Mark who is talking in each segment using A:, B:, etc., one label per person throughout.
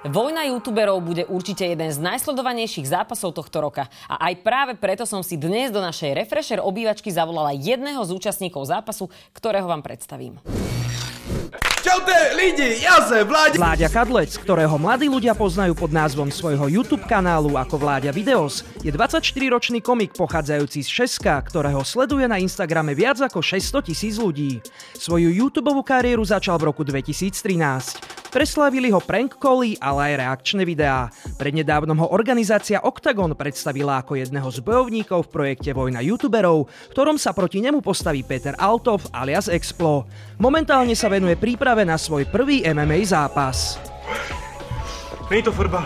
A: Vojna youtuberov bude určite jeden z najsledovanejších zápasov tohto roka. A aj práve preto som si dnes do našej Refresher obývačky zavolala jedného z účastníkov zápasu, ktorého vám predstavím.
B: Čaute lidi, ja som Vláďa.
C: Vláďa Kadlec, ktorého mladí ľudia poznajú pod názvom svojho YouTube kanálu ako Vláďa Videos, je 24-ročný komik pochádzajúci z Česka, ktorého sleduje na Instagrame viac ako 600 tisíc ľudí. Svoju YouTube kariéru začal v roku 2013. Preslávili ho prank cally, ale aj reakčné videá. Prednedávnom ho organizácia Octagon predstavila ako jedného z bojovníkov v projekte Vojna youtuberov, v ktorom sa proti nemu postaví Peter Altov alias Explo. Momentálne sa venuje príprave na svoj prvý MMA zápas.
D: Není to fotbal.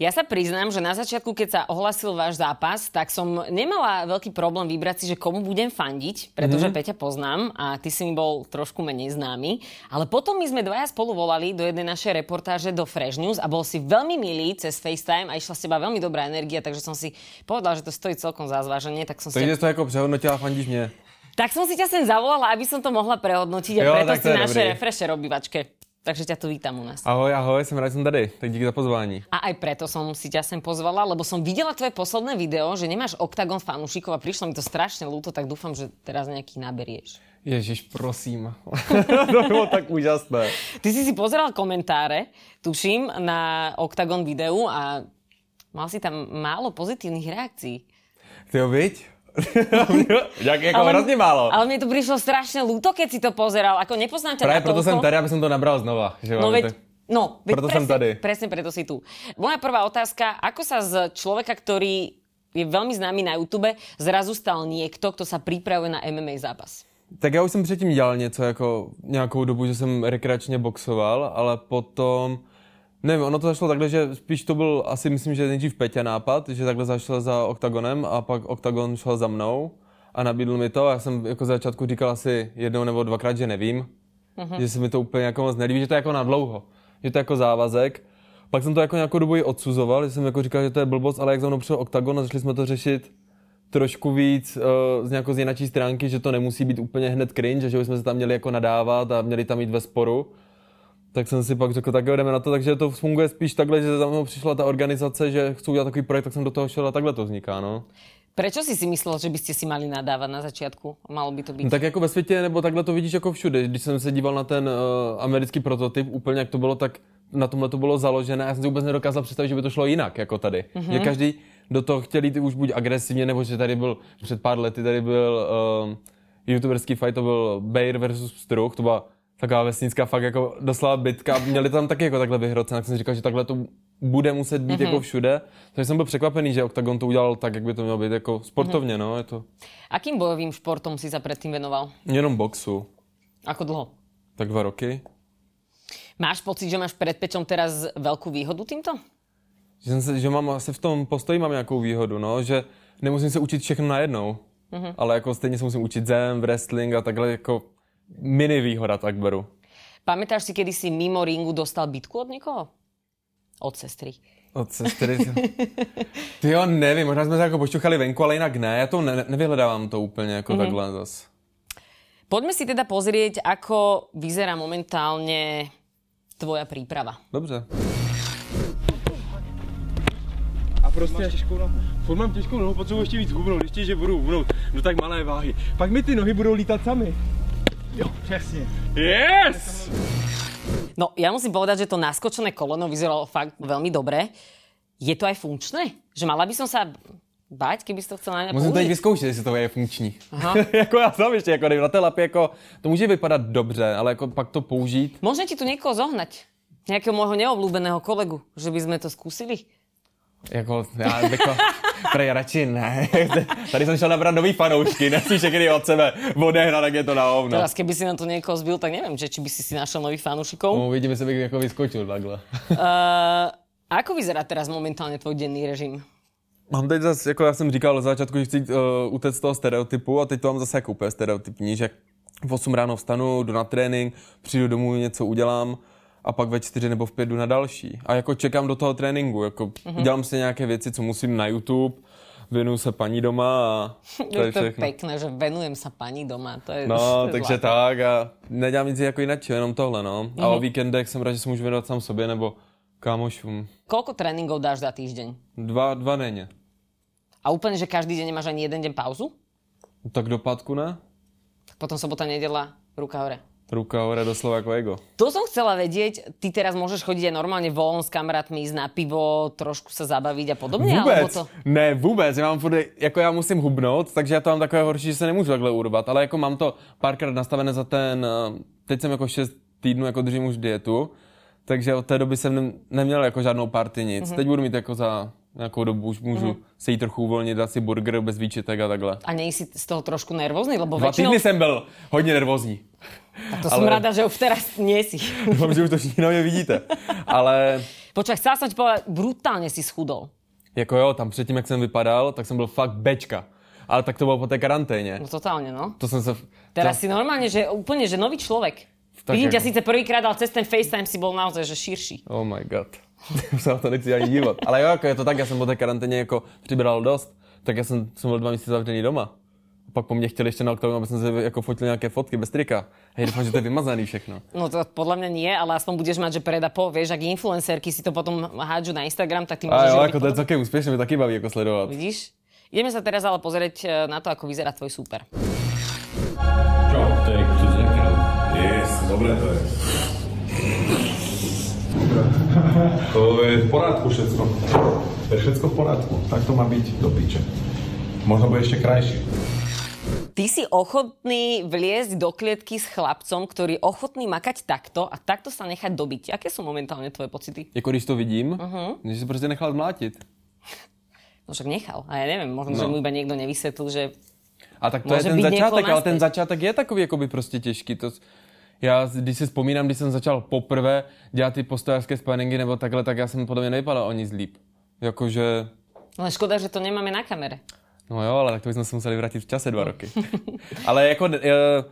A: Ja sa priznám, že na začiatku, keď sa ohlasil váš zápas, tak som nemala veľký problém vybrať si, že komu budem fandiť, pretože
D: Mhm.
A: mm-hmm. Peťa poznám a ty si mi bol trošku menej známy. Ale potom my sme dvaja spolu volali do jednej našej reportáže do Fresh News a bol si veľmi milý cez FaceTime a išla z teba veľmi dobrá energia, takže som si povedala, že to stojí celkom za zváženie, tak som si...
D: Takže to jako přehodnotila, fandíš mě.
A: Tak som si ťa sem zavolala, aby som to mohla prehodnotiť a
D: Jo,
A: preto
D: tak to
A: si
D: je
A: naše
D: dobrý.
A: refresher obývačke. Takže ťa tu vítam u nás.
D: Ahoj, ahoj, jsem rád, že jsem tady. Tak díky za pozvání.
A: A aj preto som si ťa sem pozvala, lebo som videla tvoje posledné video, že nemáš Octagon fanúšikov a prišlo mi to strašne ľúto, tak dúfam, že teraz nejaký naberieš.
D: Ježíš, prosím. to bylo tak úžasné.
A: Ty si si pozeral komentáre, tuším, na Octagon videu a mal si tam málo pozitívnych reakcií.
D: Ty jo, viď? Jak, jako hrozně málo.
A: Ale mne to prišlo strašne ľúto, keď si to pozeral. Ako nepoznám ťa
D: Právě
A: na
D: proto
A: toľko.
D: jsem tady, aby jsem to nabral znova. Že
A: No
D: vám
A: veď,
D: to-
A: no, veď
D: Preto
A: presne,
D: som tady.
A: presne preto si tu. Moja prvá otázka, ako sa z človeka, ktorý je veľmi známy na YouTube, zrazu stal niekto, kto sa pripravuje na MMA zápas?
D: Tak já už jsem předtím dělal něco, jako nějakou dobu, že jsem rekreačně boxoval, ale potom, nevím, ono to zašlo takhle, že spíš to byl asi, myslím, že nejdřív Peťa nápad, že takhle zašel za Octagonem a pak Octagon šel za mnou a nabídl mi to a já jsem jako za začátku říkal asi jednou nebo dvakrát, že nevím, že se mi to úplně jako moc nelíbí, že to je jako na dlouho, že to je jako závazek. Pak jsem to jako nějakou dobu i odsuzoval, že jsem jako říkal, že to je blbost, ale jak za mnou přišel Octagon a začali jsme to řešit trošku víc uh, z nějakou z jinačí stránky, že to nemusí být úplně hned cringe, že už jsme se tam měli jako nadávat a měli tam jít ve sporu. Tak jsem si pak řekl, tak jo, jdeme na to, takže to funguje spíš takhle, že za mnou přišla ta organizace, že chcou udělat takový projekt, tak jsem do toho šel a takhle to vzniká, no.
A: Prečo si si myslel, že by ste si mali nadávať na začiatku? Malo by to byť.
D: No Tak jako ve světě, nebo takhle to vidíš jako všude. Když jsem se díval na ten uh, americký prototyp, úplně jak to bylo, tak na tomhle to bylo založené a já jsem si vůbec nedokázal představit, že by to šlo jinak, jako tady. Mm-hmm. Že každý do toho chtěl jít už buď agresivně, nebo že tady byl před pár lety, tady byl uh, youtuberský fight, to byl Bayer versus Struh, to byla taková vesnická fakt jako doslova bitka. Měli to tam taky jako takhle vyhrocené, tak jsem si říkal, že takhle to bude muset být mm-hmm. jako všude. Takže jsem byl překvapený, že Octagon to udělal tak, jak by to mělo být jako sportovně, mm-hmm. no, je to
A: Akým bojovým športom si sa predtým venoval?
D: jenom boxu.
A: Ako dlho?
D: Tak dva roky.
A: Máš pocit, že máš pred pečom teraz veľkú výhodu týmto?
D: Že, jsem se, že mám asi v tom postoji mám nějakou výhodu, no, že nemusím se učit všechno najednou, mm-hmm. ale jako stejně se musím učit zem, wrestling a takhle jako mini výhoda tak beru.
A: Pamätáš si, kedy si mimo ringu dostal bitku od niekoho? Od sestry.
D: Od sestry. Ty jo, nevím, možná jsme se jako pošťuchali venku, ale jinak ne, já to ne, nevyhledávám to úplně jako mm-hmm. takhle zas.
A: Poďme si teda pozrieť, ako vyzerá momentálne tvoja príprava.
D: Dobře.
E: A prostě mám těžkou nohu. Furt mám těžkou nohu, potřebuji ještě víc hubnout, ještě že budu hubnout do tak malé váhy. Pak mi ty nohy budou lítat sami. Jo, přesně. Yes!
A: No, ja musím povedať, že to naskočené koleno vyzeralo fakt veľmi dobre. Je to aj funkčné? Že mala by som sa bať, keby si to chcela na mňa
D: Musím to teď
A: použiť?
D: vyzkoušet, jestli to je funkční.
A: Aha.
D: jako já sám ještě, jako nevím, na té lapě, jako to může vypadat dobře, ale jako pak to použít,
A: Možno ti tu niekoho zohnať. Nejakého môjho neobľúbeného kolegu. Že by sme to skúsili.
D: Jako, já jako, prej radši ne. Tady jsem šel nabrat nový fanoušky, ne si všechny od sebe odehnat, tak je to na hovno.
A: Teraz, keby si na to niekoho zbil, tak neviem, že či by si si našiel nových fanúšikov. Eh,
D: Uvidíme, jestli bych jako vyskočil takhle.
A: Uh, ako vyzerá teraz momentálne tvoj denný režim?
D: Mám teď zase, jako já jsem říkal na začátku, že chci uh, utéct z toho stereotypu a teď to mám zase jako úplně stereotypní, že v 8 ráno vstanu, jdu na trénink, přijdu domů, něco udělám a pak ve 4 nebo v 5 jdu na další. A jako čekám do toho tréninku, jako
A: Mhm.
D: mm-hmm. dělám si nějaké věci, co musím na YouTube, věnuju se paní doma a
A: To je to pekné, že venujem sa pani doma. To je
D: No,
A: to je
D: takže
A: zlaté.
D: tak a nedělám nic jako jinak, jenom tohle, no. Mm-hmm. A o víkendech jsem rád, že se můžu věnovat sám sobě nebo kámošům.
A: Koľko tréningov dáš za týždeň?
D: Dva, dva denně.
A: A úplne, že každý deň nemáš ani jeden deň pauzu?
D: Tak do pátku ne?
A: Tak potom sobota, nedela, ruka hore.
D: Ruka hore doslova jako ego.
A: To som chcela vedieť, ty teraz môžeš chodiť aj normálne von s kamarátmi, ísť na pivo, trošku sa zabaviť a podobne? Alebo
D: Vůbec,
A: to...
D: ne, vůbec, já mám furt, jako já musím hubnout, takže já to mám takové horší, že se nemůžu takhle urvat, ale jako mám to párkrát nastavené za ten, eh, teď jsem jako 6 týdnů jako držím už dietu, takže od té doby jsem nem- neměl jako žádnou party nic. Mm-hmm. Teď budu mít jako za nějakou dobu, už můžu mm-hmm. se jí trochu uvolnit, dát si burger bez výčitek a takhle.
A: A nie si z toho trošku nervózny? Lebo
D: Dva
A: väčšinou...
D: týdny jsem byl hodně nervózní.
A: To som
D: ale-
A: rada, že už teraz nie si.
D: Doufám, že už to všichni na mě vidíte. Ale
A: Počkaj, chcela som ti povedať, brutálne si schudol.
D: jako jo, tam předtím, jak jsem vypadal, tak jsem byl fakt bečka. Ale tak to bylo po té karanténě.
A: No totálne, no.
D: To jsem se...
A: Teraz si normálne, že úplne, že nový človek.
D: Tak
A: Vidím ťa
D: ako-
A: síce prvýkrát, ale cez ten FaceTime si bol naozaj, že širší.
D: Oh my god. Už se na to nechci ani dívat. Ale jo, jako je to tak, já jsem po té karanténě jako přibral dost, tak já jsem, jsem byl dva měsíce zavřený doma. A pak po mně chtěli ještě na oktagon, aby jsem se jako fotil nějaké fotky bez trika. Hej, doufám, že to je vymazaný všechno.
A: No to podľa mňa nie, ale aspoň budeš mať, že preda po, vieš, ak influencerky si to potom hádžu na Instagram, tak ty môžeš...
D: A jo,
A: robiť
D: jako to je celkem úspěšné, mě taky baví jako sledovat.
A: Vidíš? Ideme sa teraz ale pozrieť e, na to, ako vyzerá tvoj súper.
F: Yes, dobre to je. To e, je v porádku všetko. To je všetko v porádku. Tak to má byť do piče. Možno bude ešte krajší.
A: Ty si ochotný vliezť do klietky s chlapcom, ktorý je ochotný makať takto a takto sa nechať dobiť. Aké sú momentálne tvoje pocity?
D: Jako když to vidím, že se prostě nechal zmlátit.
A: No však nechal. A ja neviem, možno, že
D: No.
A: mu iba niekto nevysvetlil, že...
D: A tak to
A: Může
D: je ten
A: být někoho
D: začátek, ale
A: naspäť.
D: ten začátek je takový jakoby prostě těžký. To, s- já, když si vzpomínám, když jsem začal poprvé dělat ty postojářské sparingy nebo takhle, tak já jsem podle mě nevypadal o nic líp. Jakože,
A: No ale škoda, že to nemáme na kamere.
D: no jo, ale tak to bychom se museli vrátit v čase dva roky. ale jako, e,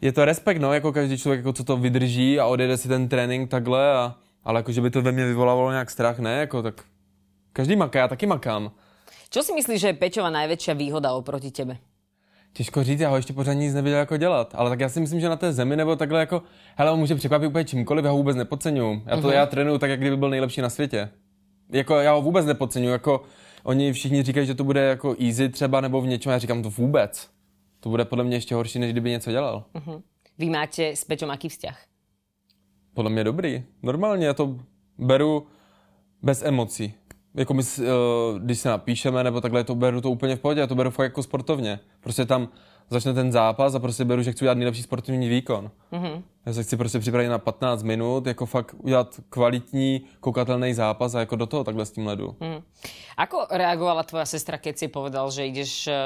D: je to respekt, no, jako každý člověk, jako co to vydrží a odjede si ten trénink takhle, a, ale jako, že by to ve mně vyvolávalo nějak strach, ne, jako tak. Každý maká, já taky makám.
A: Čo si myslíš, že je Peťova najväčšia výhoda oproti tebe?
D: Těžko říct, já ho ještě pořád nic nevěděl, jako dělat. Ale tak já si myslím, že na té zemi nebo takhle jako, hele, on může překvapit úplně čímkoliv, já ho vůbec nepodceňuju. Já to, já trénuju tak, jak kdyby byl nejlepší na světě. Jako já ho vůbec nepodceňuju, jako oni všichni říkají, že to bude jako easy třeba nebo v něčem, já říkám to vůbec. To bude podle mě ještě horší, než kdyby něco dělal.
A: Vy máte s Peťom aký vzťah?
D: Podle mě dobrý. Normálně já to beru bez emocí. Jako my, s- eh, když se napíšeme, nebo takhle, to beru to úplně v pohodě, já to beru fakt jako sportovně. Prostě tam začne ten zápas a prostě beru, že chci udělat nejlepší sportovní výkon. Mm-hmm. Já se chci prostě připravit na 15 minut, jako fakt udělat kvalitní, koukatelný zápas a jako do toho takhle s tím ledu. Mm.
A: Ako reagovala tvoja sestra, keď si povedal, že ideš e,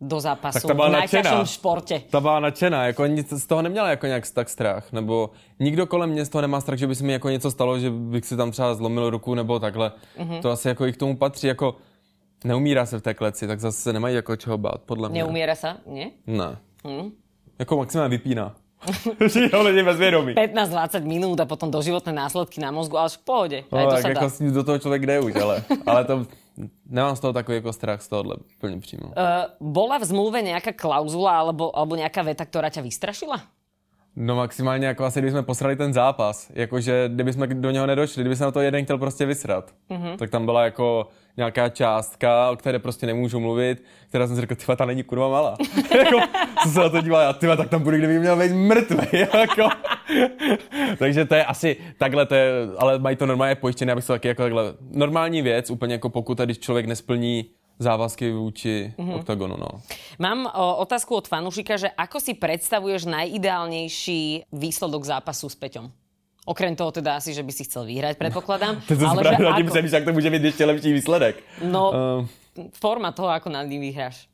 A: do zápasu
D: Tak tá bola
A: v najťažšom
D: nadšená.
A: športe?
D: Ta byla nadšená, jako nic z toho neměla jako nějak tak strach, nebo nikdo kolem mě z toho nemá strach, že by se mi jako něco stalo, že bych si tam třeba zlomil ruku nebo takhle. Mm-hmm. To asi jako i k tomu patří, jako neumírá se v té kleci, tak zase se nemají jako čeho bát, podle mě.
A: Neumiera sa, nie?
D: Ne. Mm. Jako maximálně vypíná. Všichni lidi bezvědomí.
A: 15-20 minút a potom doživotné následky na mozgu, ale však v pohode. Aj to
D: tak
A: sa dá. E,
D: jako s ní do toho člověk jde už, ale, ale to, nemám z toho takový jako strach z tohohle úplně přímo.
A: Uh, bola v zmluve nejaká klauzula alebo, alebo nejaká veta, ktorá ťa vystrašila?
D: No maximálně jako asi, kdybychom posrali ten zápas, jakože kdybychom do něho nedošli, kdyby se na to jeden chtěl prostě vysrat, mm-hmm.
A: Mhm.
D: tak tam byla jako nějaká částka, o které prostě nemůžu mluvit, která jsem si řekl, tyva, ta není kurva malá. jako, co se na to díval, já, tyva, tak tam budu, kdyby měl být mrtvý, jako. Takže to je asi takhle, to je, ale mají to normálně pojištěné, abych se taky jako takhle, normální věc, úplně jako pokuta, když člověk nesplní závazky vůči
A: Mhm.
D: mm-hmm. oktagonu, no.
A: Mám o, otázku od fanúšika, že ako si predstavuješ najideálnejší výsledok zápasu s Peťom? Okrem toho teda asi, že by si chcel vyhrať, predpokladám.
D: To jsem
A: ale že
D: právě nad tím
A: ako?
D: přemýšlel, jak to může být ještě lepší výsledek.
A: No,
D: Ehm.
A: forma toho, ako nad ním vyhráš.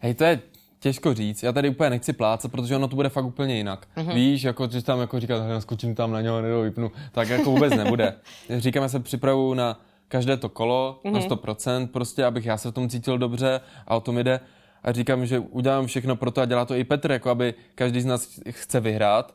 D: Hej, to je těžko říct. Já tady úplně nechci plácat, protože ono to bude fakt úplně jinak. Mm-hmm. Víš, jako, že tam jako říkat, "Hele, skočím tam na něho, nebo vypnu, tak jako vůbec nebude. Říkáme se připravu na každé to kolo mm-hmm. na 100%, prostě abych já se v tom cítil dobře a o tom jde. A říkám, že udělám všechno pro to a dělá to i Petr, jako aby každý z nás chce vyhrát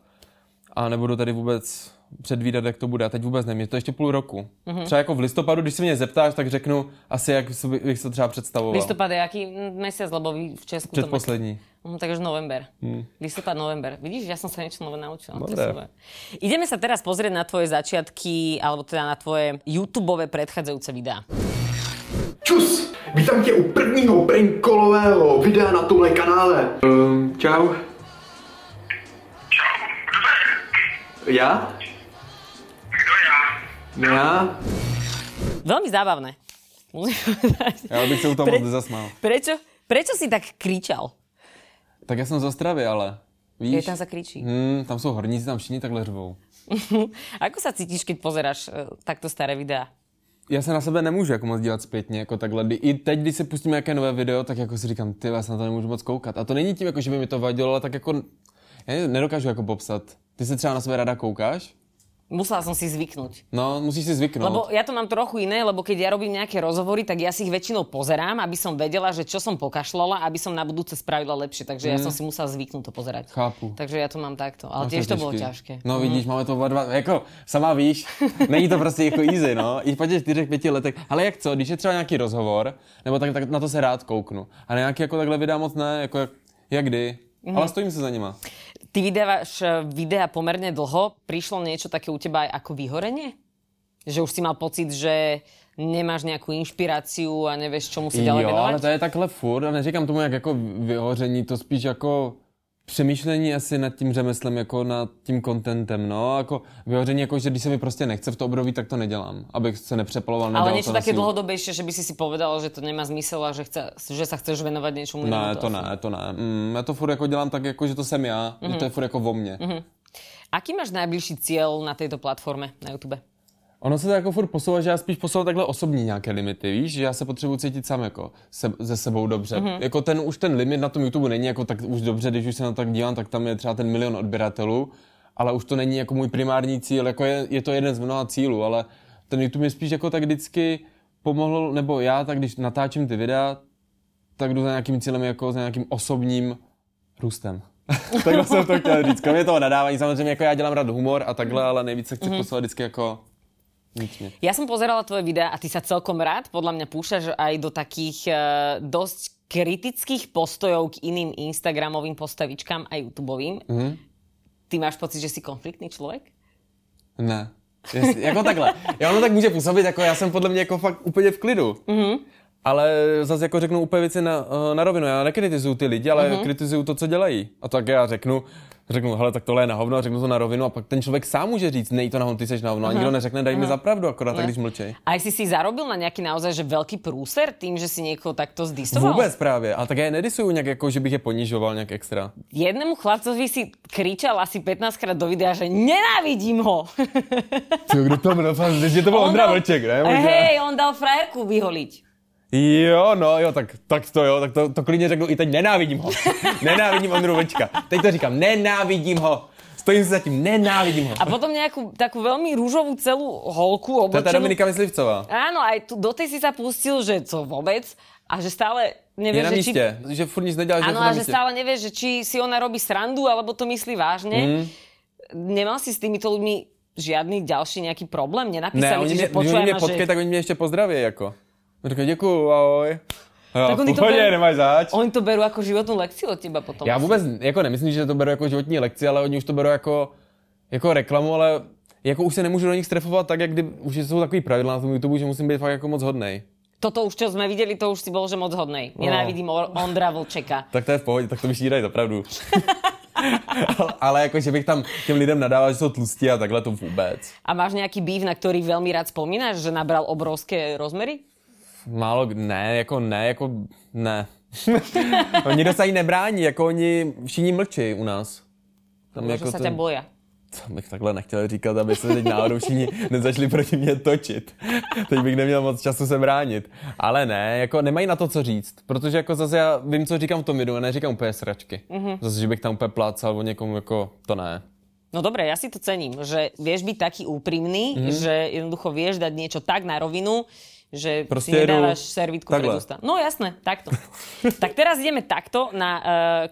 D: a nebudu tady vůbec předvídat, jak to bude. A teď vůbec nevím, je to ještě půl roku. Mm-hmm. Třeba jako v listopadu, když se mě zeptáš, tak řeknu asi, jak si by- bych se třeba představoval.
A: Listopad je aký mesiac, lebo vy v Česku to máte.
D: Předposlední.
A: No, tak už november. Hmm. Listopad, november. Vidíš, ja som sa niečo nové naučila. To je
D: Dobre.
A: super. Ideme sa teraz pozrieť na tvoje začiatky, alebo teda na tvoje YouTubeové predchádzajúce videá.
G: Čus! Vítám tě u prvního prankolového videa na tomhle kanále. Um, čau. Já? Kdo já? Já?
A: Veľmi zábavné. Musím povedať.
D: Já bych se u toho
A: Pre-
D: moc nezasmál.
A: Prečo, prečo si tak kričal?
D: Tak já jsem z Ostravy, ale víš?
A: Je, tam sa kričí.
D: Hmm, tam jsou horníci, tam všichni takhle řvou. Hmm.
A: Ako sa cítiš, keď pozeráš e, takto staré videá?
D: Já se na sebe nemůžu jako moc dívat zpětně, jako takhle. Kdy- I teď, když si pustím nějaké nové video, tak jako si říkám, ty, já se na to nemůžu moc koukat. A to není tím, jako, že by mi to vadilo, ale tak jako, já ne- nedokážu jako popsat. Ty se třeba na sebe rada koukáš?
A: Musela som si zvyknúť.
D: No, musíš si zvyknout.
A: Lebo ja to mám trochu iné, lebo keď ja robím nejaké rozhovory, tak ja si ich väčšinou pozerám, aby som vedela, že čo som pokašľala, aby som na budúce spravila lepšie. Takže ja som si musela zvyknúť to pozerať.
D: Mhm. Chápu.
A: Takže ja to mám takto. Ale
D: No,
A: tiež to Mhm.
D: je
A: bolo
D: těžký.
A: ťažké.
D: No vidíš, máme to oba dva, jako sama víš, není to prostě jako easy, no. I po těch čtyřech, pěti letech, ale jak co, když je třeba nějaký rozhovor, nebo tak, tak na to se rád kouknu. Ale nějaký jako takhle videa moc ne, jako jak, jak kdy.
A: Mhm.
D: Mm. Ale stojím se za nima.
A: Ty vydávaš e, videá pomerne dlho. Prišlo niečo také u teba aj ako vyhorenie? Že už si mal pocit, že nemáš nejakú inšpiráciu a nevieš, čomu si ďalej
D: jo, ale
A: venovať?
D: to je takhle furt a neříkám tomu jak jako vyhoření, to spíš jako přemýšlení asi nad tím řemeslem, jako nad tím contentem, no, jako vyhoření, jako že když se mi prostě nechce v to období, tak to nedělám, abych se nepřepaloval,
A: Ale
D: nedělal
A: niečo
D: no to na
A: také
D: sílu.
A: dlhodobejšie, že by si si povedal, že to nemá zmysel a že, chce, že sa chceš venovať niečomu inému.
D: Ne, No, to
A: asi
D: ne, to ne. Mm, já to furt jako dělám tak, jako, že to jsem já, mm-hmm. že to je furt jako o mně. Mm-hmm.
A: Aký máš najbližší cieľ na tejto platforme na YouTube?
D: Ono se to jako furt posouvá, že já spíš posouvám takhle osobní nějaké limity, víš, že já se potřebuji cítit sám jako se, ze sebou dobře. Mm-hmm. Jako ten, už ten limit na tom YouTube není jako tak už dobře, když už se na to tak dívám, tak tam je třeba ten milion odběratelů, ale už to není jako můj primární cíl, jako je, je to jeden z mnoha cílů, ale ten YouTube mi spíš jako tak vždycky pomohl, nebo já tak, když natáčím ty videa, tak jdu za nějakým cílem, jako za nějakým osobním růstem. takhle jsem to chtěl říct. Kromě toho nadávání, samozřejmě jako já dělám rád humor a takhle, ale nejvíc se chci mm-hmm. poslat vždycky jako nic mě.
A: Ja som pozerala tvoje videá a ty sa celkom rád, podľa mňa púšaš aj do takých e, dosť kritických postojov k iným Instagramovým postavičkám a YouTubeovým. Mm.
D: Mhm.
A: Ty máš pocit, že si konfliktný človek?
D: Ne. Jest, jako takhle. Já ono tak může působit, jako já jsem podle mě jako fakt úplně v klidu. Mm-hmm. Ale zase jako řeknu úplně věci na, eh, na rovinu. Já nekritizuju ty lidi, ale mm-hmm. kritizuju to, co dělají. A tak já řeknu, řeknu, hele, tak tohle je na hovno, a řeknu to na rovinu a pak ten člověk sám může říct, nej to na hovno, ty seš na hovno. A nikdo neřekne, daj mi za pravdu, akorát tak, když mlčej.
A: Aj si si zarobil na nejaký naozaj že veľký prúser tým, že si niekoho takto zdisoval?
D: Vůbec právě, ale tak já je nedisuju nějak jako, že bych je ponižoval nějak extra.
A: Jednému chlapcovi si kričal asi 15 krát do videa, že nenávidím ho.
D: Ty, kdo tam dopadl, že to byl Ondra Vlček, ne?
A: Eh,
D: Možná.
A: Hej, on dal frajerku vyholiť.
D: Jo, no jo, tak, tak to jo, tak to, to klidně řeknu i teď, nenávidím ho. Nenávidím Ondru Vlčka. Teď to říkám, nenávidím ho. Stojím si za tím, nenávidím ho.
A: A potom nejakú takú veľmi rúžovú celú holku
D: To je ta
A: oblečenú
D: Dominika Myslivcová.
A: Áno, aj tu, do tej si sa pustil, že co vôbec a že stále
D: Je
A: nevieš,
D: na
A: že či...
D: místě, že furt nic nedělá, že je
A: Áno,
D: furt na
A: a že
D: místě.
A: stále nevieš, že či si ona robí srandu, alebo to myslí
D: Mhm.
A: vážne. Mm. Nemal si s týmito ľuďmi žiadny ďalší nejaký problém?
D: Ne,
A: Nenapísali
D: oni
A: ti,
D: mě,
A: že
D: když oni
A: počujem
D: mě
A: a
D: potkají,
A: že...
D: tak oni mě ještě pozdraví, jako. Říkají, děkuju, ahoj. Jo,
A: Tak
D: tak
A: oni
D: oni
A: to
D: pohodě,
A: berou-
D: nemáš zač.
A: Oni to berú ako životnú lekciu od teba potom.
D: Já vůbec jako nemyslím, že to beru jako životní lekci, ale oni už to berou jako, jako reklamu, ale jako už se nemůžu do nich strefovat tak, jak kdy, už jsou takový pravidla na tom YouTube, že musím být fakt jako moc hodnej.
A: Toto už, čo sme videli, to už si bol, že moc hodnej.
D: No.
A: Nenávidím o- Ondra Vlčeka.
D: Tak to je v pohodě, tak to bych jí dají zapravdu. ale, ale jako, že bych tam těm lidem nadával, že jsou tlustí a takhle to vůbec.
A: A máš nejaký býv, na ktorý veľmi rád spomínaš, že nabral obrovské rozmery?
D: Málo, k- ne, jako ne, jako ne. No, oni dosají nebrání, jako oni všichni mlčí u nás. Tam
A: Že sa
D: ten-
A: ťa boja.
D: to bych takhle nechtěl říkat, aby se teď náhodou všichni nezačali proti mě točit. Teď bych neměl moc času se bránit. Ale ne, jako nemají na to co říct, protože jako zase já vím, co říkám v tom videu a neříkám úplně sračky. Mm-hmm. Zase, že bych tam úplně plácal o někomu, jako to ne.
A: No dobre, ja si to cením, že vieš byť taký úprimný,
D: Mhm.
A: mm. že jednoducho vieš dať niečo tak na rovinu, že
D: Proste
A: si
D: idú
A: nedávaš servitku
D: takhle.
A: pred ústa. No jasné, takto. tak teraz ideme takto na uh,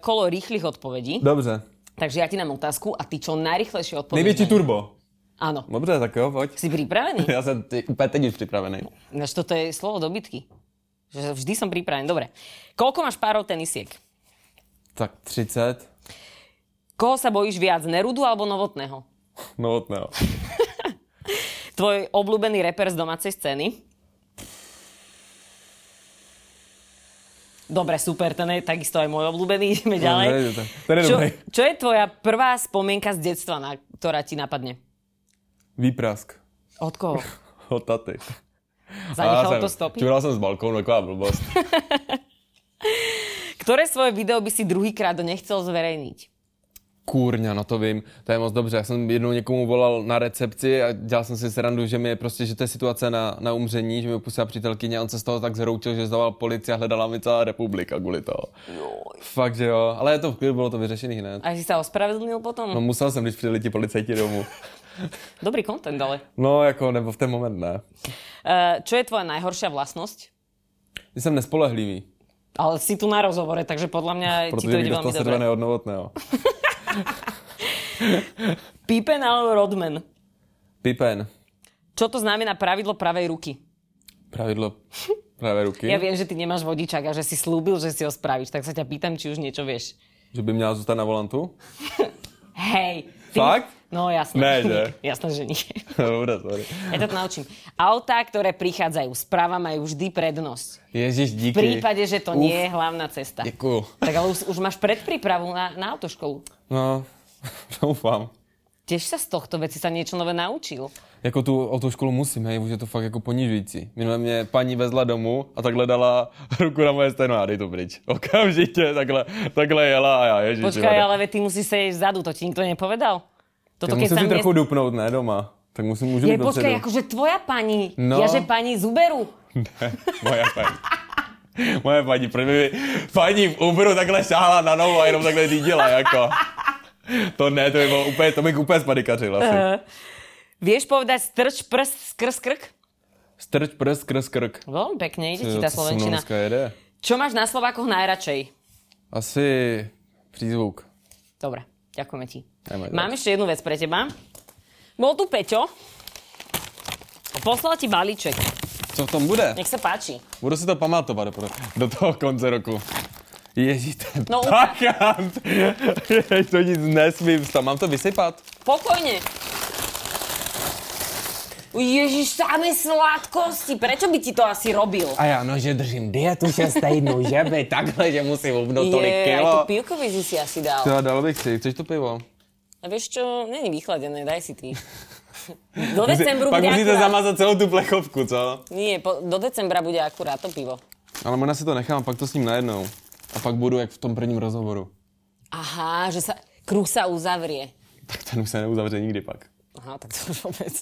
A: kolo rýchlych odpovedí.
D: Dobře.
A: Takže ja ti dám otázku a ty čo najrychlejšie odpovedáš.
D: Největší turbo.
A: Áno.
D: Dobře, tak jo, pojď.
A: Si pripravený?
D: Já jsem ty, úplně teď už připravený.
A: Ináč toto je slovo dobytky. Že vždy som pripravený. Dobre. Koľko máš párov tenisiek?
D: Tak 30.
A: Koho sa bojíš viac, Nerudu alebo Novotného?
D: Novotného.
A: Tvoj obľúbený reper z domácej scény? Dobre, super, ten je takisto aj môj obľúbený. Ideme ďalej.
D: No, nejde to. Ten je
A: čo,
D: dobrý.
A: čo je tvoja prvá spomienka z detstva, na, ktorá ti napadne?
D: Výprask.
A: Od koho?
D: Od taty. A já
A: Zanechalo
D: jsem-
A: to stopy?
D: Čural jsem z balkónu, taková blbost.
A: Ktoré svoje video by si druhýkrát nechcel zverejniť?
D: Kůrňa, no to vím, to je moc dobře. Já jsem jednou někomu volal na recepci a dělal jsem si srandu, že mi je prostě, že to je situace na, na umření, že mi opustila přítelkyně a on se z toho tak zhroutil, že zavolal policii a hledala mi celá republika kvůli toho. Fakt, že jo. Ale je to v klidu, bylo to vyřešený hned.
A: A si sa ospravedlnil potom?
D: No musel jsem, když přijeli ti policajti domů.
A: Dobrý kontent, ale.
D: No, jako, nebo v ten moment ne.
A: Eh, čo je tvoja najhoršia vlastnosť?
D: Že Jsem nespolehlivý,
A: Ale si tu na rozhovore, takže podľa mňa ti to
D: protože
A: ide
D: bych dostal
A: veľmi dobre.
D: srdvené od novotného.
A: Pippen alebo Rodman?
D: Pipen.
A: Čo to znamená pravidlo pravej ruky?
D: Pravidlo pravé ruky.
A: Ja viem, že ty nemáš vodičák a že si slúbil, že si ho spravíš, tak sa ťa pýtam, či už niečo vieš.
D: Že by měla zůstat na volantu?
A: Hej.
D: Fakt?
A: No jasné.
D: Ne, že?
A: Jasné, že nie.
D: Dobre, sorry.
A: Ja to naučím. Autá, ktoré prichádzajú správa, majú vždy prednosť.
D: Ježíš, díky.
A: V prípade, že to
D: Uf,
A: nie je hlavná cesta.
D: Děkuju.
A: Tak ale už, už máš predprípravu na, na autoškolu.
D: No, doufám.
A: Tiež sa z tohto veci sa niečo nové naučil.
D: Jako tu o tu školu musím, hej, už je to fakt jako ponižující. Minule mě paní vezla domů a takhle dala ruku na moje steno a dej to pryč. Okamžitě, takhle, takhle jela a já, ježiši.
A: Počkaj, ale veď ty musíš sedieť vzadu, to ti nikto nepovedal. Toto
D: Tak musím si
A: mne-
D: trochu dupnout, ne, doma. Tak musím, můžu
A: Je, jako
D: být
A: počkaj,
D: dopředu.
A: akože tvoja pani.
D: No.
A: Ja, že pani z Uberu.
D: Moje paní. Moje paní, proč by mi paní v Uberu takhle šáhla na nohu a jenom takhle řídila, jako. To ne, to by bylo úplně, to bych úplně spadikařil asi.
A: Vieš povedať strč prst skrz krk?
D: Strč prst skrz krk.
A: Veľmi pekne, ide ti tá
D: Jo, co se mnou
A: Slovenčina.
D: dneska jede?
A: Čo máš na Slovákoch najradšej?
D: Asi přízvuk.
A: Dobre, ďakujeme ti.
D: Nemaj zač.
A: Mám ešte jednu vec pre teba. Bol tu Peťo. Poslal ti balíček.
D: Co v tom bude?
A: Nech sa páči.
D: Budu si to pamatovat pro- do toho konce roku. Ježíš, ten
A: No, u-
D: no, pakant. Ježíš, to nic nesmím. Tam mám to vysypat?
A: Pokojne. Ježiš, samé sladkosti. Prečo by ti to asi robil?
D: A já, no, že držím dietu 6 týdnů, že by takhle, že musím obnout tolik
A: Je, aj to
D: kilo.
A: pivko by si si asi dal.
D: Já dal bych si, chceš to pivo?
A: A vieš čo, není vychladené, daj si ty. Do decembru
D: Pak
A: bude
D: musíte
A: akurát.
D: zamazat celou tu plechovku, co?
A: Nie, po, do decembra bude akurát to pivo.
D: Ale možná si to nechám, pak to s ním najednou. A pak budu jak v tom prvním rozhovoru.
A: Aha, že sa kruh sa uzavrie.
D: Tak ten už se neuzavře nikdy pak.
A: Aha, tak to už vôbec.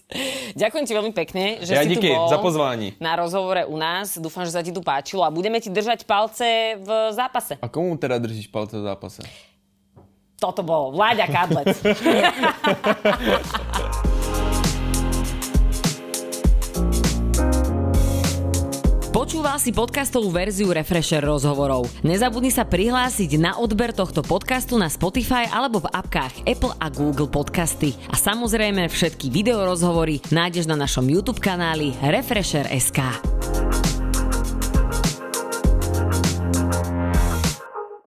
A: Ďakujem ti veľmi pekne, že
D: Ja
A: si
D: díky
A: tu bol
D: za pozvání.
A: na rozhovore u nás. Dúfam, že sa ti tu páčilo a budeme ti držať palce v zápase.
D: A komu teda držíš palce v zápase?
A: Toto bol Vláďa Kadlec. Počúval si podcastovú verziu Refresher rozhovorov. Nezabudni sa prihlásiť na odber tohto podcastu na Spotify alebo v apkách Apple a Google Podcasty. A samozrejme všetky videorozhovory nájdeš na našom YouTube kanáli Refresher.sk.